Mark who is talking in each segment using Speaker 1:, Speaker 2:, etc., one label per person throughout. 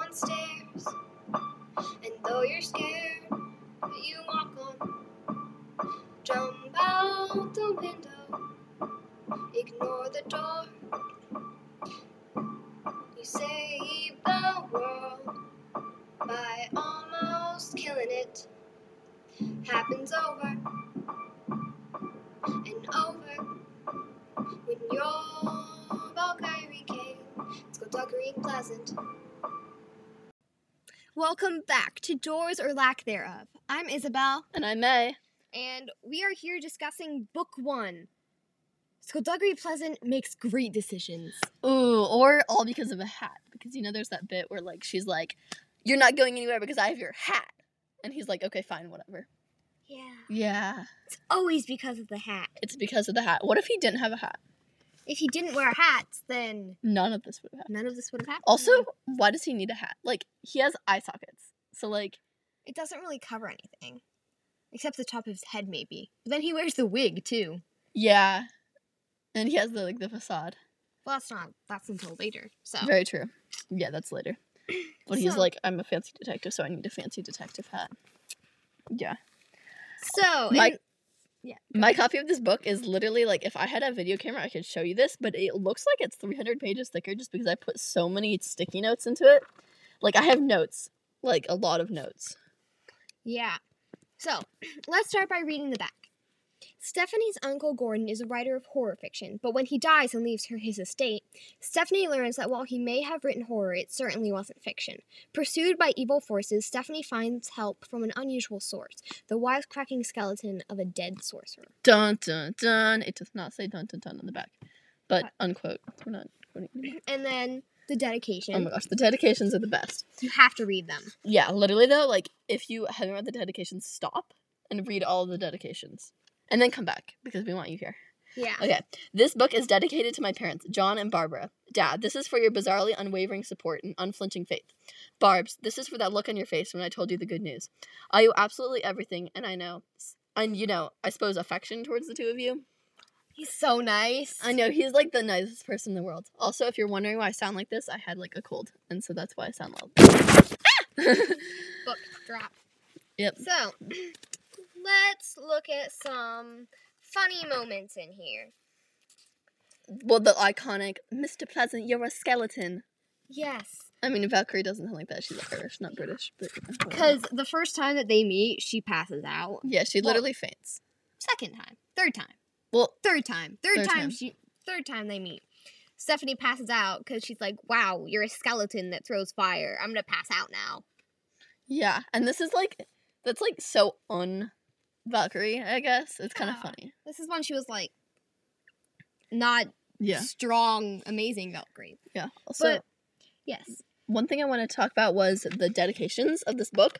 Speaker 1: on stairs. And though you're scared, you walk on. Jump out the window, ignore the door. You save the world by almost killing it. Happens over and over. When you're Valkyrie King, it's called Valkyrie Pleasant.
Speaker 2: Welcome back to Doors or Lack Thereof. I'm Isabel,
Speaker 3: And I may.
Speaker 2: and we are here discussing Book One. Skullduggery Pleasant makes great decisions.
Speaker 3: Ooh, or all because of a hat. Because you know there's that bit where like she's like, You're not going anywhere because I have your hat. And he's like, Okay, fine, whatever.
Speaker 2: Yeah.
Speaker 3: Yeah.
Speaker 2: It's always because of the hat.
Speaker 3: It's because of the hat. What if he didn't have a hat?
Speaker 2: If he didn't wear hats, then
Speaker 3: None of this would have happened.
Speaker 2: none of this would have happened.
Speaker 3: Also, why does he need a hat? Like, he has eye sockets. So like
Speaker 2: it doesn't really cover anything. Except the top of his head, maybe. But then he wears the wig, too.
Speaker 3: Yeah. And he has the like the facade.
Speaker 2: Well, that's not, that's until later. So,
Speaker 3: Very true. Yeah, that's later. But he's
Speaker 2: So-
Speaker 3: like, I'm a fancy detective, so I need a fancy detective hat. Yeah.
Speaker 2: so,
Speaker 3: Like-
Speaker 2: and- yeah.
Speaker 3: My copy of this book is literally like if I had a video camera, I could show you this, but it looks like it's 300 pages thicker just because I put so many sticky notes into it. Like I have notes, like a lot of notes.
Speaker 2: Yeah. So, let's start by reading the back. Stephanie's uncle Gordon is a writer of horror fiction, but when he dies and leaves her his estate, Stephanie learns that while he may have written horror, it certainly wasn't fiction. Pursued by evil forces, Stephanie finds help from an unusual source the wisecracking skeleton of a dead sorcerer.
Speaker 3: Dun dun dun. It does not say dun dun dun on the back, but
Speaker 2: What?
Speaker 3: unquote. We're not quoting. anymore.
Speaker 2: And then the dedication.
Speaker 3: Oh my gosh, the dedications are the best.
Speaker 2: You have to read them.
Speaker 3: Yeah, literally though, like if you haven't read the dedications, stop and read all the dedications, and then come back because we want you here.
Speaker 2: Yeah.
Speaker 3: Okay. This book is dedicated to my parents, John and Barbara. Dad, this is for your bizarrely unwavering support and unflinching faith. Barbs, this is for that look on your face when I told you the good news. I owe absolutely everything, and I know, and you know, I suppose affection towards the two of you.
Speaker 2: He's so nice.
Speaker 3: I know he's like the nicest person in the world. Also, if you're wondering why I sound like this, I had like a cold, and so that's why I sound loud. Ah!
Speaker 2: Book drop.
Speaker 3: yep.
Speaker 2: So, let's look at some funny moments in here.
Speaker 3: Well, the iconic Mr. Pleasant, you're a skeleton.
Speaker 2: Yes.
Speaker 3: I mean, Valkyrie doesn't sound like that. She's Irish, not British, but
Speaker 2: Because the first time that they meet, she passes out.
Speaker 3: yeah, she
Speaker 2: Well-
Speaker 3: literally faints.
Speaker 2: Second time, third time,
Speaker 3: Well,
Speaker 2: third time, third,
Speaker 3: Third
Speaker 2: time,
Speaker 3: time.
Speaker 2: she, third time they meet. Stephanie passes out because she's like, "Wow, you're a skeleton that throws fire. I'm gonna pass out now."
Speaker 3: Yeah, and this is like that's like so un Valkyrie, I guess. It's kind of
Speaker 2: Yeah.
Speaker 3: funny.
Speaker 2: This is when she was like, not strong, amazing Valkyrie.
Speaker 3: yeah. Also,
Speaker 2: but yes,
Speaker 3: one thing I want to talk about was the dedications of this book,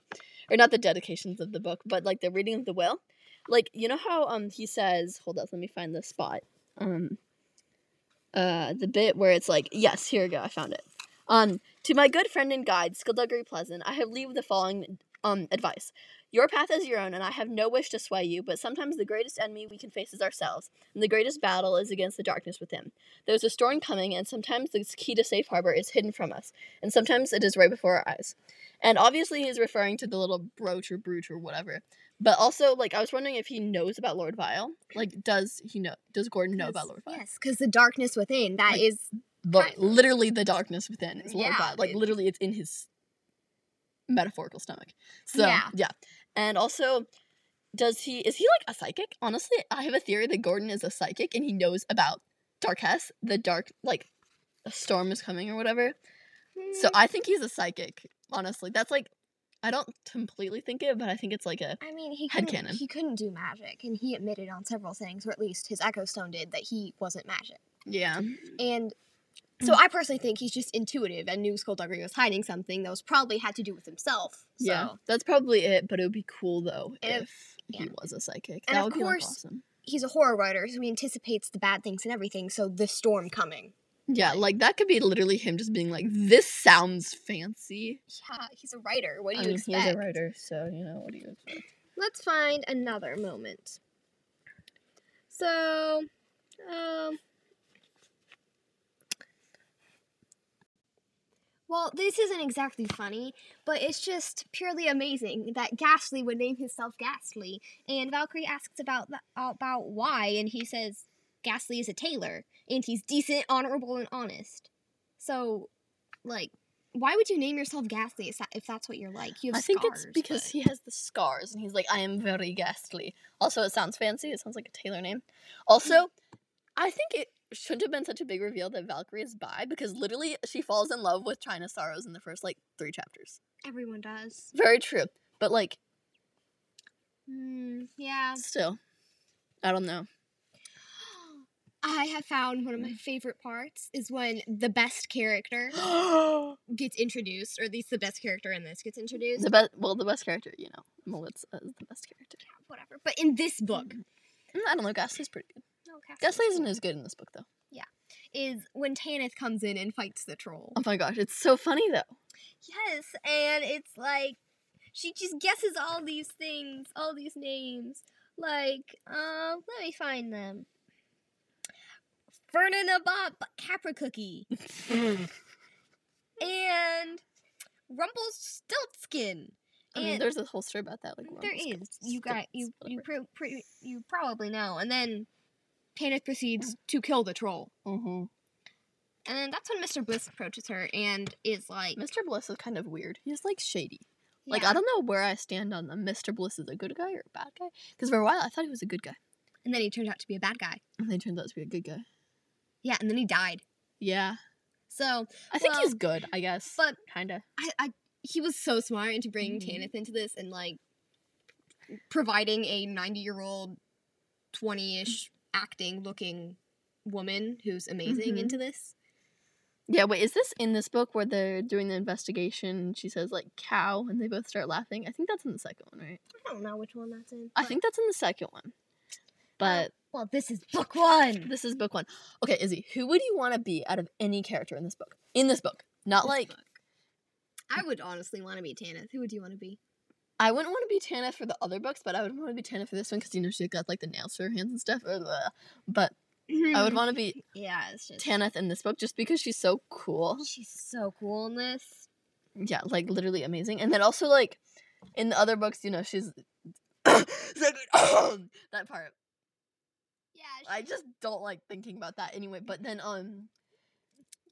Speaker 3: or not the dedications of the book, but like the reading of the will. Like you know how um he says, hold up, let me find the spot. Um, uh, the bit where it's like, yes, here we go, I found it. Um, to my good friend and guide, Skullduggery Pleasant, I have leave the following um advice. Your path is your own, and I have no wish to sway you. But sometimes the greatest enemy we can face is ourselves, and the greatest battle is against the darkness within. There's a storm coming, and sometimes the key to safe harbor is hidden from us and sometimes it is right before our eyes. And obviously, he's referring to the little brooch or brooch or whatever. But also, like, I was wondering if he knows about Lord Vile. Like, does he know? Does Gordon know about Lord Vile?
Speaker 2: Yes, because the darkness within that
Speaker 3: Like,
Speaker 2: is
Speaker 3: Lo-
Speaker 2: kind of.
Speaker 3: literally, the darkness within is Lord
Speaker 2: Yeah,
Speaker 3: Vile. Like,
Speaker 2: it-
Speaker 3: literally, it's in his metaphorical stomach. So
Speaker 2: Yeah.
Speaker 3: yeah. and also, does he? Is he like a psychic? Honestly, I have a theory that Gordon is a psychic, and he knows about Darkness. The dark, like, a storm is coming or whatever.
Speaker 2: Mm.
Speaker 3: So I think he's a psychic. Honestly, that's like I don't completely think it, but I think it's like a
Speaker 2: I mean, he
Speaker 3: Head
Speaker 2: couldn't,
Speaker 3: cannon.
Speaker 2: he couldn't do magic, and he admitted on several things, or at least his Echo Stone did, that he wasn't magic.
Speaker 3: yeah.
Speaker 2: And so
Speaker 3: Mm.
Speaker 2: I personally think he's just intuitive and knew Skullduggery was hiding something that was probably had to do with himself. So.
Speaker 3: Yeah, that's probably it. But it would be cool though
Speaker 2: If-
Speaker 3: if,
Speaker 2: yeah.
Speaker 3: he was a psychic.
Speaker 2: And
Speaker 3: that
Speaker 2: of
Speaker 3: would be like,
Speaker 2: course-
Speaker 3: awesome.
Speaker 2: He's a horror writer, so he anticipates the bad things and everything, so the storm coming.
Speaker 3: Yeah, like that could be literally him just being like, "This sounds fancy."
Speaker 2: Yeah, he's a writer. What do
Speaker 3: I
Speaker 2: you
Speaker 3: mean,
Speaker 2: expect?
Speaker 3: he's a writer, so you know what do you expect?
Speaker 2: Let's find another moment. So, um, Well, this isn't exactly funny, but it's just purely amazing that Ghastly would name himself Ghastly. And Valkyrie asks about the, about why, and he says Ghastly is a tailor, and he's decent, honorable, and honest. So, like, why would you name yourself Ghastly if that- if that's what you're like? You have
Speaker 3: I think
Speaker 2: scars,
Speaker 3: it's because
Speaker 2: but-
Speaker 3: he has the scars and he's like, I am very ghastly. Also, it sounds fancy. It sounds like a tailor name. Also, I think it shouldn't have been such a big reveal that Valkyrie is bi because literally she falls in love with China Sorrows in the first like three chapters.
Speaker 2: everyone does.
Speaker 3: Very true. But like,
Speaker 2: Hmm, yeah.
Speaker 3: still, I don't know.
Speaker 2: I have found one of my favorite parts is when the best character
Speaker 3: the
Speaker 2: gets introduced, or at least the best character in this gets introduced.
Speaker 3: best, well, the best character, you know, Melitza is the best character.
Speaker 2: whatever. But in this book,
Speaker 3: Mm, I don't know. Ghastly's pretty good.
Speaker 2: no,
Speaker 3: Ghastly isn't as good in this book though.
Speaker 2: is when Tanith comes in and fights the troll.
Speaker 3: Oh my gosh, it's so funny though.
Speaker 2: Yes, and it's like she just guesses all these things, all these names. Like, um, let me find them. Fernanabop Capricookie and Rumblestiltskin.
Speaker 3: I mean,
Speaker 2: And-
Speaker 3: there's a whole story about that. Like,
Speaker 2: There
Speaker 3: Rumpelstiltskin,
Speaker 2: is. You got you you
Speaker 3: whatever.
Speaker 2: pro- pre- you probably know. And then Tanith proceeds to kill the troll.
Speaker 3: Mhm.
Speaker 2: And then that's when Mr. Bliss approaches her and is like,
Speaker 3: Mr. Bliss is kind of weird. He's like shady. Like
Speaker 2: Yeah.
Speaker 3: I don't know where I stand on the Mr. Bliss is a good guy or a bad guy. Because for a while I thought he was a good guy,
Speaker 2: and then he turned out to be a bad guy.
Speaker 3: and then he turns out to be a good guy.
Speaker 2: Yeah, and then he died.
Speaker 3: Yeah,
Speaker 2: So
Speaker 3: I think
Speaker 2: Well,
Speaker 3: he's good. I guess,
Speaker 2: but
Speaker 3: kinda.
Speaker 2: I, I he was so smart into bringing
Speaker 3: Mhm.
Speaker 2: Tanith into this and like providing a ninety year old, twenty ish acting looking woman who's amazing
Speaker 3: Mhm.
Speaker 2: into this.
Speaker 3: Yeah. Wait, is this in this book where they're doing the investigation? and She says like cow, and they both start laughing. I think that's in the second one, right?
Speaker 2: I don't know which one that's in.
Speaker 3: I
Speaker 2: but-
Speaker 3: think that's in the second one. But
Speaker 2: well, this is book one.
Speaker 3: this is book one. Okay, Izzy, who would you want to be out of any character in this book? In this book, not
Speaker 2: This
Speaker 3: like
Speaker 2: book. I would honestly want to be Tanith. Who would you want to be?
Speaker 3: I wouldn't want to be Tana for the other books, but I would want to be Tana for this one because you know she got like the nails for her hands and stuff. uh, blah. But I would want to be
Speaker 2: Mm-hmm. Yeah, it's just
Speaker 3: Tanith in this book just because she's so cool.
Speaker 2: She's so cool in this.
Speaker 3: Yeah, like literally amazing. And then also like in the other books, you know, she's that part.
Speaker 2: Yeah,
Speaker 3: I just don't like thinking about that anyway. But then um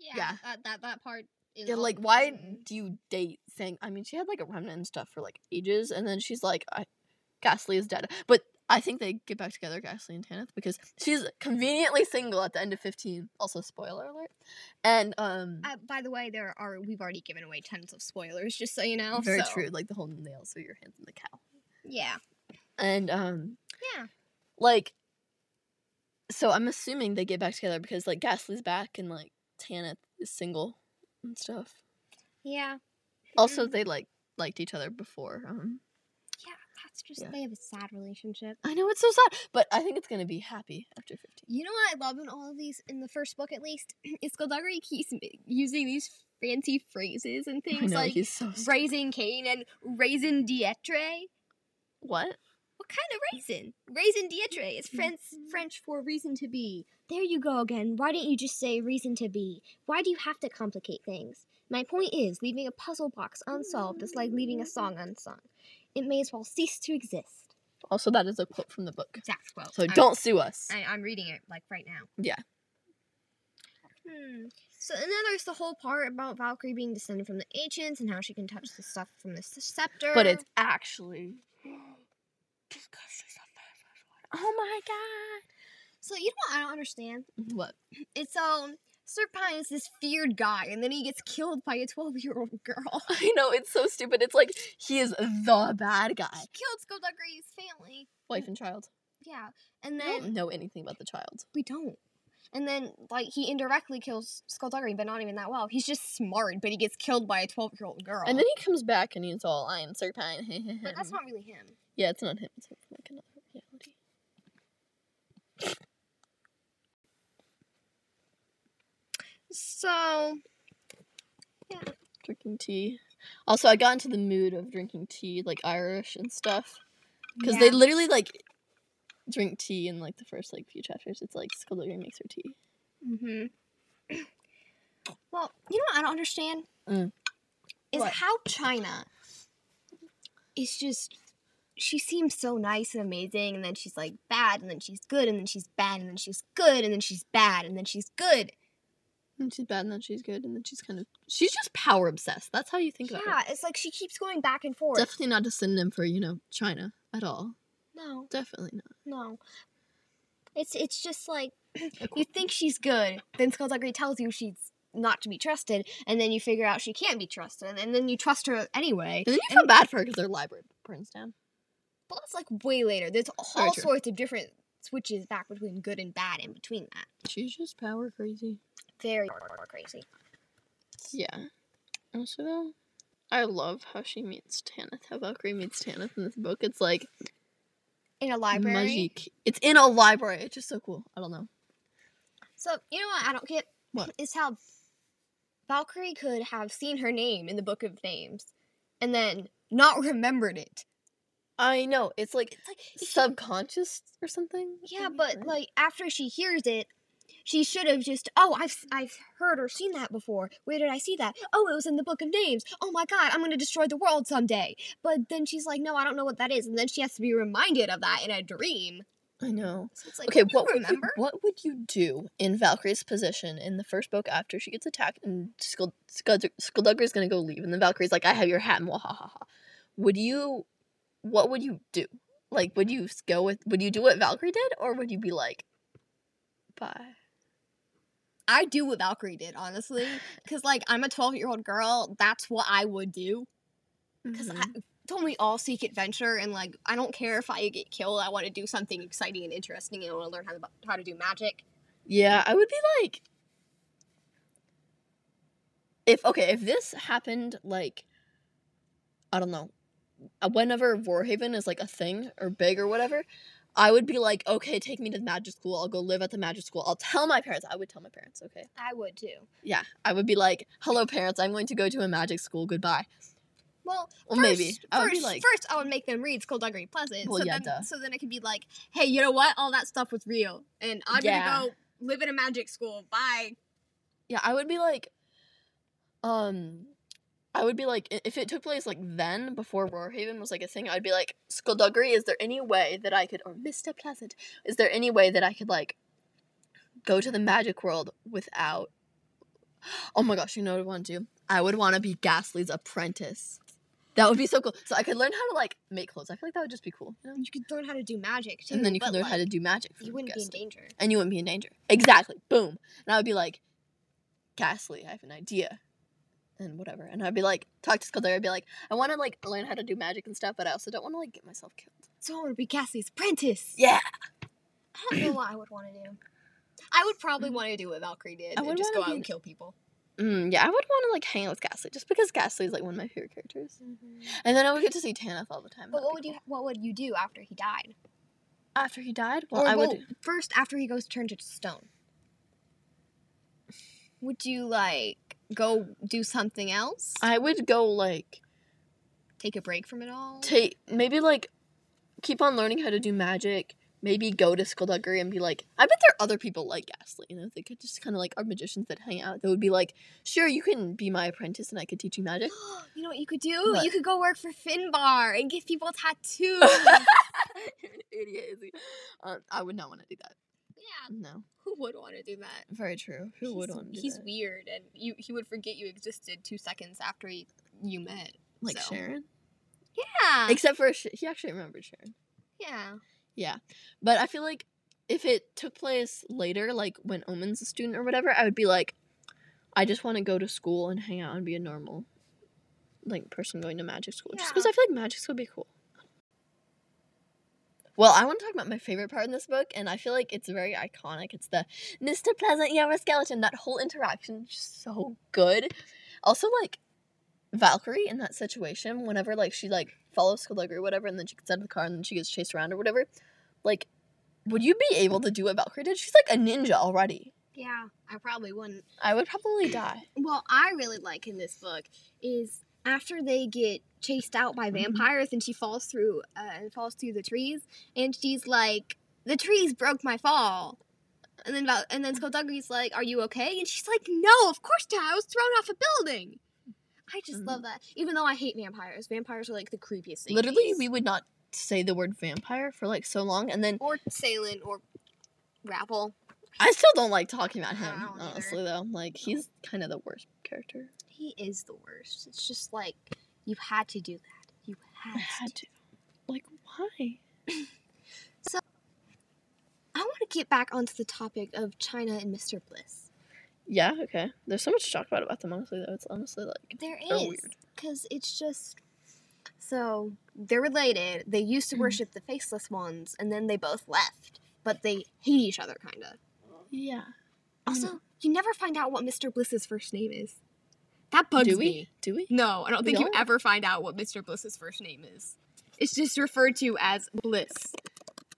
Speaker 2: yeah,
Speaker 3: yeah.
Speaker 2: That, that that part. Is mm.
Speaker 3: yeah,
Speaker 2: all
Speaker 3: like why
Speaker 2: important.
Speaker 3: do you date saying I mean she had like a remnant and stuff for like ages and then she's like I Ghastly is dead. But I think they get back together, Ghastly and Tanith, because she's conveniently single at the end of fifteen. Also spoiler alert. And um
Speaker 2: Uh, by the way, there are we've already given away tons of spoilers, just so you know.
Speaker 3: very
Speaker 2: so-
Speaker 3: true, like the whole nails for your hands and the cow.
Speaker 2: Yeah.
Speaker 3: And um
Speaker 2: Yeah.
Speaker 3: like so I'm assuming they get back together because like Ghastly's back and like Tanith is single and stuff.
Speaker 2: Yeah. Mm,
Speaker 3: Also they like liked each other before. Um
Speaker 2: Yeah. That's just
Speaker 3: Yeah.
Speaker 2: they have a sad relationship.
Speaker 3: I know it's so sad, but I think it's gonna be happy after fifteen.
Speaker 2: You know what I love in all of these in the first book at least is Golduggery keeps m- using these fancy phrases and things like
Speaker 3: he's so
Speaker 2: raising Cain and raisin dietre.
Speaker 3: what?
Speaker 2: What kind of raisin? Raisin dietre is French French for reason to be. There you go again. Why didn't you just say reason to be? Why do you have to complicate things? My point is, leaving a puzzle box unsolved is like leaving a song unsung. It may as well cease to exist.
Speaker 3: Also, that is a quote from the book.
Speaker 2: Exact quote.
Speaker 3: So don't sue us.
Speaker 2: I, I'm reading it like right now.
Speaker 3: Yeah.
Speaker 2: Hmm. So and then there's the whole part about Valkyrie being descended from the ancients and how she can touch the stuff from the s- scepter.
Speaker 3: but it's actually. Just 'cause she's a favorite one. Oh my god!
Speaker 2: so you know what I don't understand.
Speaker 3: What?
Speaker 2: And so Serpine um, is this feared guy, and then he gets killed by a 12 year old girl.
Speaker 3: I know it's so stupid. It's like he is the bad guy.
Speaker 2: He killed Skullduggery's family.
Speaker 3: Wife and child.
Speaker 2: Yeah. And
Speaker 3: I
Speaker 2: then
Speaker 3: don't know anything about the child.
Speaker 2: we don't. And then, like, he indirectly kills Skullduggery, but not even that well. He's just smart, but he gets killed by a 12 year old girl.
Speaker 3: And then he comes back and he's all, "I am Serpine."
Speaker 2: but that's not really him.
Speaker 3: Yeah, it's not him. It's like like another reality.
Speaker 2: So,
Speaker 3: drinking tea. Also, I got into the mood of drinking tea, like Irish and stuff, because they
Speaker 2: Yeah.
Speaker 3: literally like drink tea in like the first like few chapters. It's like Skullduggery makes her tea.
Speaker 2: Mm-hmm. well, you know what I don't understand?
Speaker 3: Mm.
Speaker 2: is
Speaker 3: What?
Speaker 2: how China is just she seems so nice and amazing and then she's like bad and then she's good and then she's bad and then she's good and then she's bad and then she's good.
Speaker 3: And she's bad, and then she's good, and then she's kind of she's just power obsessed. That's how you think about
Speaker 2: Yeah, it's like she keeps going back and
Speaker 3: her.
Speaker 2: forth.
Speaker 3: Definitely not a synonym for you know China at all.
Speaker 2: no,
Speaker 3: Definitely not.
Speaker 2: no. It's it's just like you think she's good, then Skullduggery tells you she's not to be trusted, and then you figure out she can't be trusted, and then you trust her anyway.
Speaker 3: And then you feel bad for her because their library burns down.
Speaker 2: But that's like way later. There's
Speaker 3: Very
Speaker 2: all
Speaker 3: true.
Speaker 2: sorts of different switches back between good and bad in between that.
Speaker 3: She's just power crazy.
Speaker 2: Very crazy.
Speaker 3: Yeah. Also though, I love how she meets Tanith. How Valkyrie meets Tanith in this book. It's like
Speaker 2: In a library.
Speaker 3: magic. It's in a library. It's just so cool. I don't know.
Speaker 2: So you know what I don't get
Speaker 3: What?
Speaker 2: is how Valkyrie could have seen her name in the book of names and then not remembered it.
Speaker 3: I know. It's like
Speaker 2: It's like if she-
Speaker 3: subconscious or something.
Speaker 2: Yeah,
Speaker 3: maybe,
Speaker 2: but
Speaker 3: right?
Speaker 2: like after she hears it, she should have just oh I've s- I've heard or seen that before. Where did I see that? Oh, it was in the book of names. Oh my god, I'm gonna destroy the world someday. But then she's like, no, I don't know what that is, and then she has to be reminded of that in a dream.
Speaker 3: I know.
Speaker 2: So it's like,
Speaker 3: okay,
Speaker 2: okay,
Speaker 3: what would
Speaker 2: remember?
Speaker 3: You, what would you do in Valkyrie's position in the first book after she gets attacked and Skuld- Skuld- Skullduggery's gonna go leave and then Valkyrie's like, I have your hat, ha ha ha. Would you? What would you do? Like, would you s- go with? Would you do what Valkyrie did, or would you be like, bye?
Speaker 2: I do what Valkyrie did, honestly, because like I'm a 12 year old girl. That's what I would do. Because
Speaker 3: Mm-hmm.
Speaker 2: I don't we all seek adventure and like I don't care if I get killed. I want to do something exciting and interesting, and I want to learn how to how to do magic.
Speaker 3: Yeah, I would be like if okay, if this happened like I don't know, uh, whenever Warhaven is like a thing or big or whatever, I would be like, okay, take me to the magic school. I'll go live at the magic school. I'll tell my parents. I would tell my parents, okay.
Speaker 2: I would too.
Speaker 3: Yeah, I would be like, "Hello parents, I'm going to go to a magic school. Goodbye."
Speaker 2: Well,
Speaker 3: Well,
Speaker 2: first,
Speaker 3: maybe.
Speaker 2: First,
Speaker 3: I would be like-
Speaker 2: first, I would make them read Skullduggery Pleasant.
Speaker 3: Well,
Speaker 2: so
Speaker 3: yeah,
Speaker 2: then,
Speaker 3: duh.
Speaker 2: So then it could be like, hey, you know what? All that stuff was real, and I'm
Speaker 3: Yeah.
Speaker 2: gonna go live in a magic school. Bye.
Speaker 3: Yeah, I would be like, um, I would be like, i- if it took place like then, before Roarhaven was like a thing, I'd be like, Skullduggery, is there any way that I could, or Mr. Pleasant, is there any way that I could like go to the magic world without? Oh my gosh, you know what I would want to do? I would want to be Ghastly's apprentice. That would be so cool. So I could learn how to like make clothes. I feel like that would just be cool, you know?
Speaker 2: You could learn how to do magic too.
Speaker 3: and then you
Speaker 2: but,
Speaker 3: could learn how to
Speaker 2: like,
Speaker 3: do magic.
Speaker 2: You
Speaker 3: from
Speaker 2: wouldn't be in
Speaker 3: Ghastly
Speaker 2: danger.
Speaker 3: and you wouldn't be in danger. Exactly. Boom. And I would be like, Ghastly, I have an idea. And whatever. And I'd be like, talk to Skullduggery. I'd be like, I want to like learn how to do magic and stuff, but I also don't want to like get myself killed.
Speaker 2: So I want to be Cassie's apprentice.
Speaker 3: Yeah.
Speaker 2: I don't know what I would want to do. I would probably want to do what Valkyrie did
Speaker 3: Mm-hmm. I
Speaker 2: and
Speaker 3: would
Speaker 2: just go
Speaker 3: wanna
Speaker 2: out
Speaker 3: be-
Speaker 2: and kill people.
Speaker 3: Mm, yeah, I would want to like hang out with Ghastly just because Ghastly is like one of my favorite characters. And then I would get to see Tanith all the time.
Speaker 2: But
Speaker 3: That'd
Speaker 2: what
Speaker 3: be
Speaker 2: would you
Speaker 3: cool.
Speaker 2: what would you do after he died?
Speaker 3: After he died? Well,
Speaker 2: or
Speaker 3: I would.
Speaker 2: well, first after he goes turned into stone. Would you like go do something else?
Speaker 3: I would go like
Speaker 2: Take a break from it all?
Speaker 3: take maybe like keep on learning how to do magic. Maybe go to Skullduggery and be like, I bet there are other people like Ghastly. You know, they could just kind of like are magicians that hang out. That would be like, sure, you can be my apprentice and I could teach you magic.
Speaker 2: you know what you could do?
Speaker 3: What?
Speaker 2: You could go work for Finbar and give people tattoos. yeah,
Speaker 3: You're an idiot, Izzy. Um, I would not want to do that. No,
Speaker 2: who would want to do that?
Speaker 3: very true. Who would
Speaker 2: He's-
Speaker 3: want to do
Speaker 2: He's
Speaker 3: that?
Speaker 2: weird, and you he would forget you existed two seconds after he, you met.
Speaker 3: Like
Speaker 2: so.
Speaker 3: Sharon,
Speaker 2: Yeah.
Speaker 3: except for Sh- he actually remembered Sharon.
Speaker 2: yeah.
Speaker 3: But I feel like if it took place later, like when Omen's a student or whatever, I would be like, I just want to go to school and hang out and be a normal, like person going to magic school. Just because
Speaker 2: Yeah.
Speaker 3: I feel like magic school would be cool. Well, I want to talk about my favorite part in this book, and I feel like it's very iconic. It's the Mr. Pleasant, you're a skeleton. That whole interaction, just so good. Also, like Valkyrie in that situation, whenever like she like follows Skullduggery or whatever, and then she gets out of the car and then she gets chased around or whatever, like, would you be able to do what Valkyrie did? She's like a ninja already.
Speaker 2: Yeah, I probably wouldn't.
Speaker 3: I would probably die.
Speaker 2: Well, I really like in this book is after they get chased out by
Speaker 3: Mm-hmm.
Speaker 2: vampires and she falls through uh, and falls through the trees and she's like, "The trees broke my fall." And then Val- and then Skullduggery's like, "Are you okay?" And she's like, "No, of course not. I was thrown off a building." I just love that. Even though I hate vampires, vampires are like the creepiest thing.
Speaker 3: Mm-hmm. Literally, we would not say the word vampire for like so long, and then
Speaker 2: or Salen or Rapple.
Speaker 3: I still don't like talking about him.
Speaker 2: I don't either.
Speaker 3: Honestly, though, like he's kind of the worst character.
Speaker 2: He is the worst. It's just like you had to do that. You had,
Speaker 3: I had
Speaker 2: to.
Speaker 3: to. Like, why?
Speaker 2: I want to get back onto the topic of China and Mr. Bliss.
Speaker 3: Yeah, okay. There's so much to talk about about them. Honestly, though, it's honestly like
Speaker 2: There
Speaker 3: So
Speaker 2: is
Speaker 3: weird.
Speaker 2: because it's just so they're related. They used to
Speaker 3: Mhm.
Speaker 2: worship the faceless ones, and then they both left, but they hate each other kind of.
Speaker 3: Mm. yeah.
Speaker 2: Also, you never find out what Mr. Bliss's first name is. That bugs
Speaker 3: do we?
Speaker 2: me.
Speaker 3: Do we?
Speaker 2: No, I don't
Speaker 3: We
Speaker 2: think you
Speaker 3: don't?
Speaker 2: ever find out what Mr. Bliss's first name is. It's just referred to as Bliss.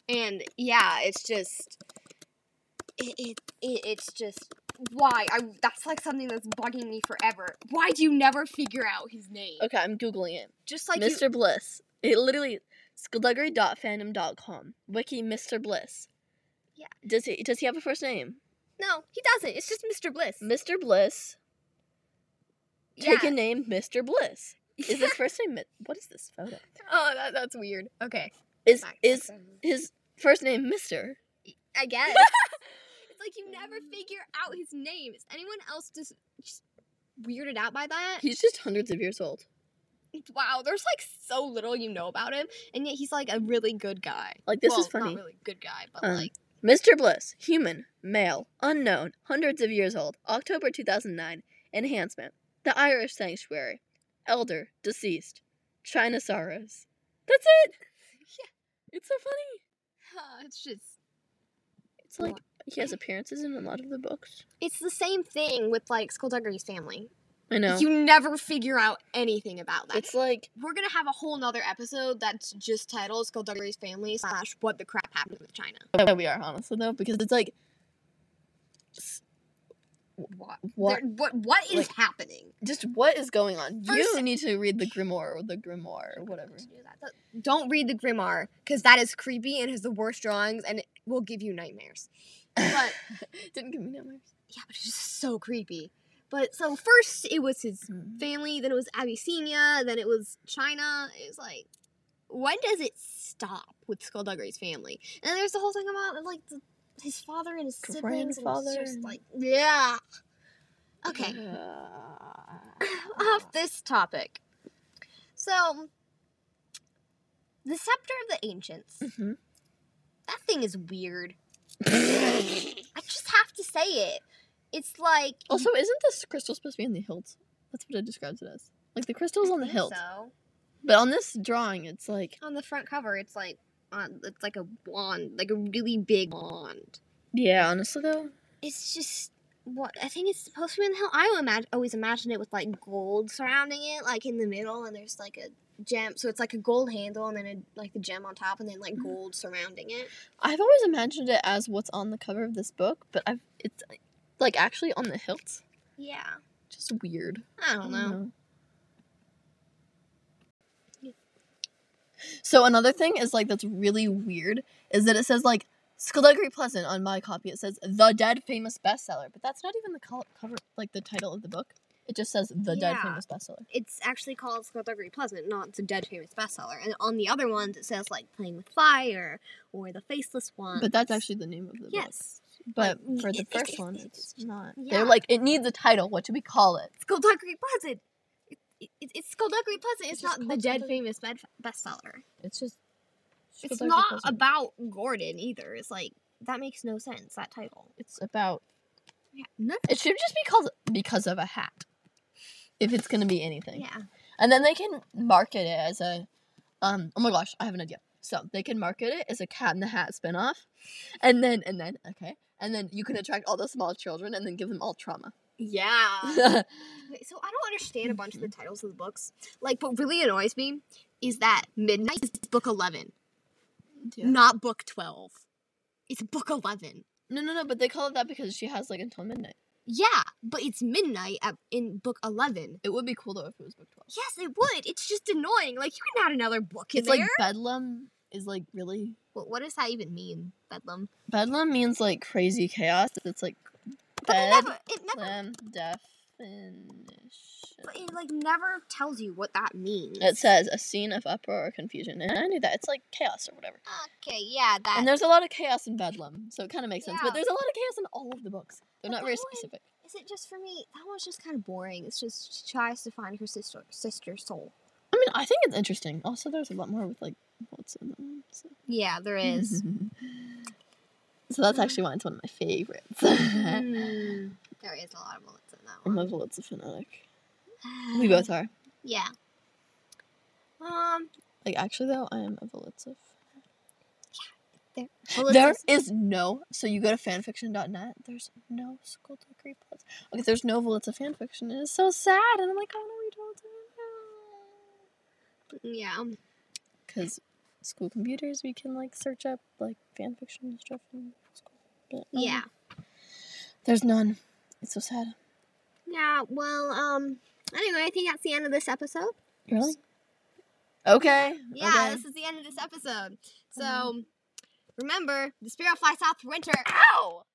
Speaker 2: And yeah, it's just it, it, it it's just why I that's like something that's bugging me forever. Why do you never figure out his name?
Speaker 3: Okay, I'm googling it.
Speaker 2: Just like you-
Speaker 3: Mr. Bliss. It literally skullduggery.fandom.com. Wiki Mr. Bliss.
Speaker 2: Yeah.
Speaker 3: Does he does he have a first name?
Speaker 2: No, he doesn't. It's just Mr. Bliss.
Speaker 3: Mr. Bliss. Take a name Mr. Bliss. Is his first name Mi- What is this photo?
Speaker 2: oh, that, that's weird. Okay.
Speaker 3: Is
Speaker 2: Back to
Speaker 3: is
Speaker 2: seven.
Speaker 3: his first name Mr.
Speaker 2: I guess. it's like you never figure out his name. Is anyone else just, just weirded out by that?
Speaker 3: He's just hundreds of years old.
Speaker 2: wow, there's like so little you know about him, and yet he's like a really good guy.
Speaker 3: Like this
Speaker 2: Well,
Speaker 3: is funny.
Speaker 2: Not really good guy, but
Speaker 3: Um,
Speaker 2: like
Speaker 3: Mr. Bliss, human, male, unknown, hundreds of years old, October 2009, enhancement, the Irish sanctuary, elder, deceased, China sorrows. That's it! Yeah. It's so funny.
Speaker 2: it's just
Speaker 3: It's like he has appearances in a lot of the books.
Speaker 2: it's the same thing with like Skullduggery's family.
Speaker 3: I know.
Speaker 2: You never figure out anything about that.
Speaker 3: It's like,
Speaker 2: We're gonna have a whole nother episode that's just titled Skullduggery's family slash what the crap happened with China.
Speaker 3: yeah, we are, honestly, though, because it's like, s-
Speaker 2: What?
Speaker 3: what?
Speaker 2: There- What? What is
Speaker 3: Like-
Speaker 2: happening?
Speaker 3: Just what is going on?
Speaker 2: First-
Speaker 3: you need to read the grimoire or the grimoire or whatever.
Speaker 2: to do that. Th- Don't read the Grimoire because that is creepy and has the worst drawings and it will give you nightmares. But
Speaker 3: Didn't give me nightmares.
Speaker 2: yeah, but it's just so creepy. But so first it was his family, then it was Abyssinia, then it was China. It was like, when does it stop with Skullduggery's family? And there's the whole thing about like the, his father and his siblings. And it's
Speaker 3: Grandfather
Speaker 2: just
Speaker 3: and-
Speaker 2: like, yeah. Okay
Speaker 3: Uh,
Speaker 2: off this topic. So, the scepter of the ancients.
Speaker 3: Mhm.
Speaker 2: That thing is weird. I just have to say it. It's like
Speaker 3: also, isn't this crystal supposed to be on the hilt? That's what it describes it as. Like the crystal's on the
Speaker 2: I think
Speaker 3: hilt,
Speaker 2: So
Speaker 3: but on this drawing, it's like
Speaker 2: on the front cover, it's like on, it's like a wand, like a really big wand.
Speaker 3: yeah. Honestly, though,
Speaker 2: It's just what I think it's supposed to be in the hill. I imagine, always imagine it with like gold surrounding it, like in the middle, and there's like a gem. So it's like a gold handle, and then a, like the gem on top, and then like
Speaker 3: Mhm.
Speaker 2: gold surrounding it.
Speaker 3: I've always imagined it as what's on the cover of this book, but I've it's like actually on the hilt.
Speaker 2: Yeah. Mm-hmm.
Speaker 3: Just weird.
Speaker 2: I don't know.
Speaker 3: Mm-hmm. So another thing is like that's really weird is that it says like Skullduggery Pleasant on my copy. It says the dead famous bestseller, but that's not even the col- cover, like the title of the book. It just says the dead
Speaker 2: Yeah.
Speaker 3: famous bestseller.
Speaker 2: It's actually called Skullduggery Pleasant, not the dead famous bestseller. And on the other ones, it says like Playing with Fire or The Faceless One.
Speaker 3: But that's actually the name of the
Speaker 2: Um, yes,
Speaker 3: book. But
Speaker 2: like,
Speaker 3: for the
Speaker 2: it- it-
Speaker 3: first
Speaker 2: it-
Speaker 3: one,
Speaker 2: it-
Speaker 3: it's not.
Speaker 2: yeah.
Speaker 3: They're like it needs a title. What should we call it?
Speaker 2: Skullduggery Pleasant. It, it, it's Skullduggery Pleasant. It's,
Speaker 3: It's just
Speaker 2: not the
Speaker 3: called
Speaker 2: dead
Speaker 3: Skullduggery-
Speaker 2: famous bed, bestseller.
Speaker 3: It's just.
Speaker 2: It's
Speaker 3: Skullduggery
Speaker 2: not
Speaker 3: Pleasant.
Speaker 2: about Gordon either. It's like that makes no sense. That title.
Speaker 3: It's about.
Speaker 2: Yeah. No.
Speaker 3: It should just be called because of a hat. If it's gonna be anything.
Speaker 2: Yeah.
Speaker 3: And then they can market it as a um oh my gosh, I have an idea. So they can market it as a cat in the hat spinoff. And then and then okay. And then you can attract all the small children and then give them all trauma.
Speaker 2: Yeah. Mm-hmm. Okay, so I don't understand a bunch of the titles of the books. Like, what really annoys me is that Midnight is book eleven, not book twelve. It's book eleven.
Speaker 3: No no no, but they call it that because she has like until midnight.
Speaker 2: Yeah, but it's midnight at, in book 11.
Speaker 3: It would be cool though if it was book twelve.
Speaker 2: Yes, it would. It's just annoying. Like, you can add another book in
Speaker 3: It's
Speaker 2: there.
Speaker 3: like Bedlam is like really
Speaker 2: what, what does that even mean, Bedlam?
Speaker 3: Bedlam means like crazy chaos. It's like
Speaker 2: But it
Speaker 3: bed
Speaker 2: never, it never,
Speaker 3: lamb deaf definition.
Speaker 2: But it like never tells you what that means.
Speaker 3: It says a scene of uproar or confusion, and I knew that. It's like chaos or whatever.
Speaker 2: Okay, yeah, that.
Speaker 3: And there's a lot of chaos in Bedlam, so it kind of makes sense.
Speaker 2: Yeah.
Speaker 3: But there's a lot of chaos in all of the books. They're
Speaker 2: But
Speaker 3: not very
Speaker 2: that one-
Speaker 3: specific.
Speaker 2: Is it just for me? That one's just kind of boring. It's just she tries to find her sister sister's soul.
Speaker 3: I mean, I think it's interesting. Also, there's a lot more with like what's in them. So.
Speaker 2: Yeah, there
Speaker 3: so that's actually why it's one of my favorites. I
Speaker 2: Mm, there is a lot of bullets in that one.
Speaker 3: love Lots of Fanatic. Mm-hmm. We both are.
Speaker 2: Yeah. Um,
Speaker 3: Like, actually, though, I am a Volitsa.
Speaker 2: bullets
Speaker 3: There
Speaker 2: is-
Speaker 3: is no. So you go to fanfiction.net. There's no school degree plus. Okay, there's no Volitsa fanfiction. and It's so sad. And I'm like, I want to read Volitsa.
Speaker 2: yeah. um,
Speaker 3: Because school computers, we can like search up like fanfiction and stuff in school. But, um,
Speaker 2: Yeah.
Speaker 3: There's none. It's so sad.
Speaker 2: Yeah, well, um, anyway, I think that's the end of this episode.
Speaker 3: Really? Okay.
Speaker 2: Yeah,
Speaker 3: okay.
Speaker 2: this is the end of this episode. So,
Speaker 3: Mhm.
Speaker 2: remember, the sparrow flies south for winter.
Speaker 3: Ow!